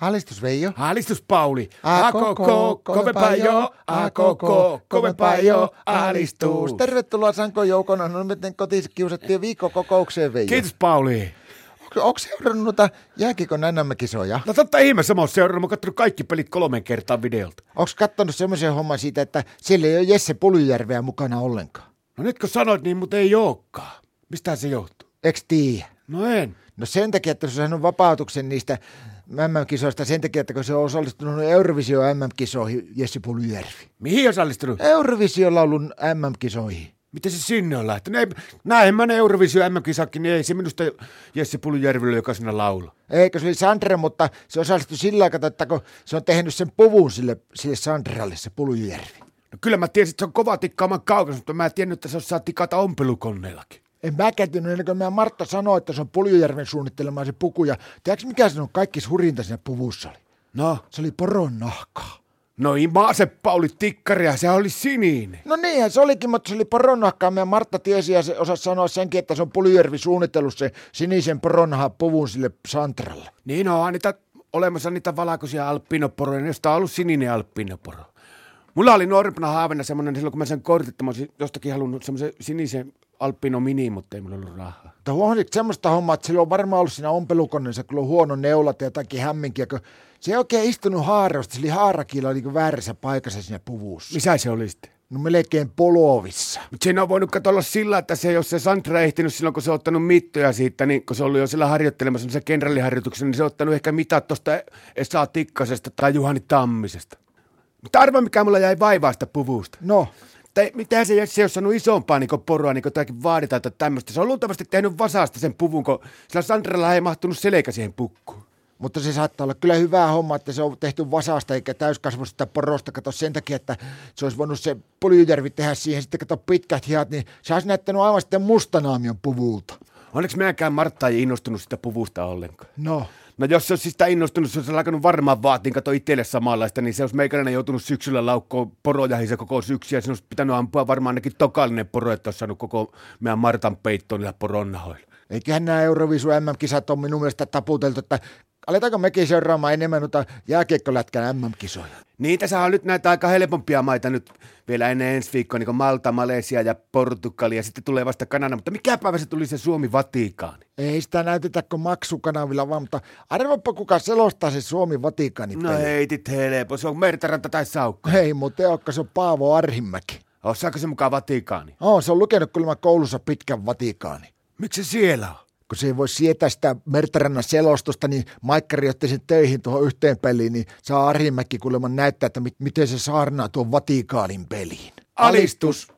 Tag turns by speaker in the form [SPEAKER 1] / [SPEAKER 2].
[SPEAKER 1] Alistus Veijo.
[SPEAKER 2] Alistus Pauli. A koko, kovempaa jo, a koko, kovempaa jo, alistus.
[SPEAKER 1] Tervetuloa Sanko Joukona, no nyt kotikiusattiin viikkokokoukseen Veijo.
[SPEAKER 2] Kiitos Pauli.
[SPEAKER 1] Onko seurannut noita jääkikon NM-kisoja?
[SPEAKER 2] No totta ihmeessä mä oon seurannut, mä oon kattonut kaikki pelit kolmen kertaan videolta.
[SPEAKER 1] Onko kattonut semmoisen homman siitä, että siellä ei ole Jesse Pulyjärveä mukana ollenkaan?
[SPEAKER 2] No nyt kun sanoit niin, mutta ei olekaan. Mistähän se johtuu?
[SPEAKER 1] Eks tiedä?
[SPEAKER 2] No en.
[SPEAKER 1] No sen takia, että se on saanut vapautuksen niistä MM-kisoista sen takia, että kun se on osallistunut Eurovisio MM-kisoihin, Jesse Pulyjärvi.
[SPEAKER 2] Mihin osallistunut?
[SPEAKER 1] Eurovision MM-kisoihin.
[SPEAKER 2] Miten se sinne on lähtenyt? Ei, näin mä ne Eurovisio MM-kisakki, niin ei se minusta Jesse Pulyjärville, joka sinä laula.
[SPEAKER 1] Eikö se oli Sandra, mutta se osallistui sillä tavalla, että kun se on tehnyt sen puvun sille, sille Sandralle, se Pulyjärvi.
[SPEAKER 2] No kyllä mä tiesin, että se on kova tikkaamaan kaukana, mutta mä en tiennyt, että se osaa tikata ompelukoneellakin.
[SPEAKER 1] En mä kätynyt, ennen kuin meidän Martta sanoi, että se on Puljujärven suunnittelemaan se puku. Ja tiedätkö, mikä se on kaikkis hurinta siinä puvussa oli?
[SPEAKER 2] No,
[SPEAKER 1] Se oli poron nahkaa.
[SPEAKER 2] no Imaseppa oli tikkari ja se oli sininen.
[SPEAKER 1] No niinhän se olikin, mutta se oli poronnahkaa. Meidän Martta tiesi ja se osasi sanoa senkin, että se on Puljujärvi suunnitellut sen sinisen poronnahan puvun sille Santralle.
[SPEAKER 2] Niin on niitä olemassa niitä valkoisia alppinoporoja, josta on ollut sininen alppinoporo. Mulla oli nuorempana haavena semmoinen, silloin kun mä sen kortin, että mä olisin jostakin halunnut semmoisen sinisen alppino mini, mutta ei mulla ollut rahaa.
[SPEAKER 1] Mutta huomasit semmoista hommaa, että sillä on varmaan ollut siinä ompelukoneessa kyllä huono neulat ja jotakin hämminkiä, kun se ei oikein istunut haarosta, eli haarakilla oli niin kuin väärässä paikassa siinä puvussa.
[SPEAKER 2] Missä se oli sitten?
[SPEAKER 1] No melkein polovissa.
[SPEAKER 2] Mutta siinä on voinut katsoa sillä, että se, jos se Sandra ei ehtinyt silloin, kun se on ottanut mittoja siitä, niin kun se on ollut jo sillä harjoittelemassa semmoisen kenraaliharjoituksen, niin se on ottanut ehkä mitat tuosta Esa Tikkasesta tai Juhani Tammisesta. Mutta arva, mikä mulla jäi vaivaasta puvusta.
[SPEAKER 1] No,
[SPEAKER 2] Tai mitä se Jesse on saanut isompaa niin poroa, niin jotakin vaaditaan tai tämmöistä. Se on luultavasti tehnyt vasasta sen puvun, kun sillä Sandralla ei mahtunut selkä siihen pukkuun.
[SPEAKER 1] Mutta se saattaa olla kyllä hyvää homma, että se on tehty vasasta eikä täyskasvusta porosta. Kato sen takia, että se olisi voinut se Pulyjärvi tehdä siihen sitten kato pitkät hihat, niin se olisi näyttänyt aivan sitten mustanaamion puvulta.
[SPEAKER 2] Onneksi minäkään Martta ei innostunut sitä puvusta ollenkaan.
[SPEAKER 1] No,
[SPEAKER 2] No jos se olisi sitä innostunut, se olisi alkanut varmaan vaatiin, kato itselle samanlaista, niin se olisi meikäläinen joutunut syksyllä laukkoon porojahissa koko syksy, ja se olisi pitänyt ampua varmaan ainakin tokallinen poro, että olisi saanut koko meidän Martan peittoon niillä poronnahoilla.
[SPEAKER 1] eiköhän nämä Eurovisu MM-kisat on minun mielestä taputeltu, että aletaanko mekin seuraamaan enemmän noita jääkiekkolätkän MM-kisoja?
[SPEAKER 2] Niin, tässä on nyt näitä aika helpompia maita nyt vielä ennen ensi viikkoa, niin kuin Malta, Malesia ja Portugali, ja sitten tulee vasta Kanada, mutta mikä päivä se tuli se Suomi-Vatikaani?
[SPEAKER 1] Ei sitä näytetä kuin maksukanavilla vaan, mutta arvoppa kuka selostaa se Suomi Vatikaani.
[SPEAKER 2] No heitit helpo, se on Mertaranta tai Saukko.
[SPEAKER 1] Hei, mutta ei olekaan, se on Paavo Arhimäki.
[SPEAKER 2] Osaako se mukaan Vatikaani?
[SPEAKER 1] Oo, se on lukenut kyllä koulussa pitkän Vatikaani.
[SPEAKER 2] Miksi se siellä on?
[SPEAKER 1] kun se ei voi sietää sitä Mertarannan selostusta, niin Maikkari otti sen töihin tuohon yhteen peliin, niin saa Arimäki kuulemma näyttää, että mit- miten se saarnaa tuon Vatikaanin peliin.
[SPEAKER 2] Alistus.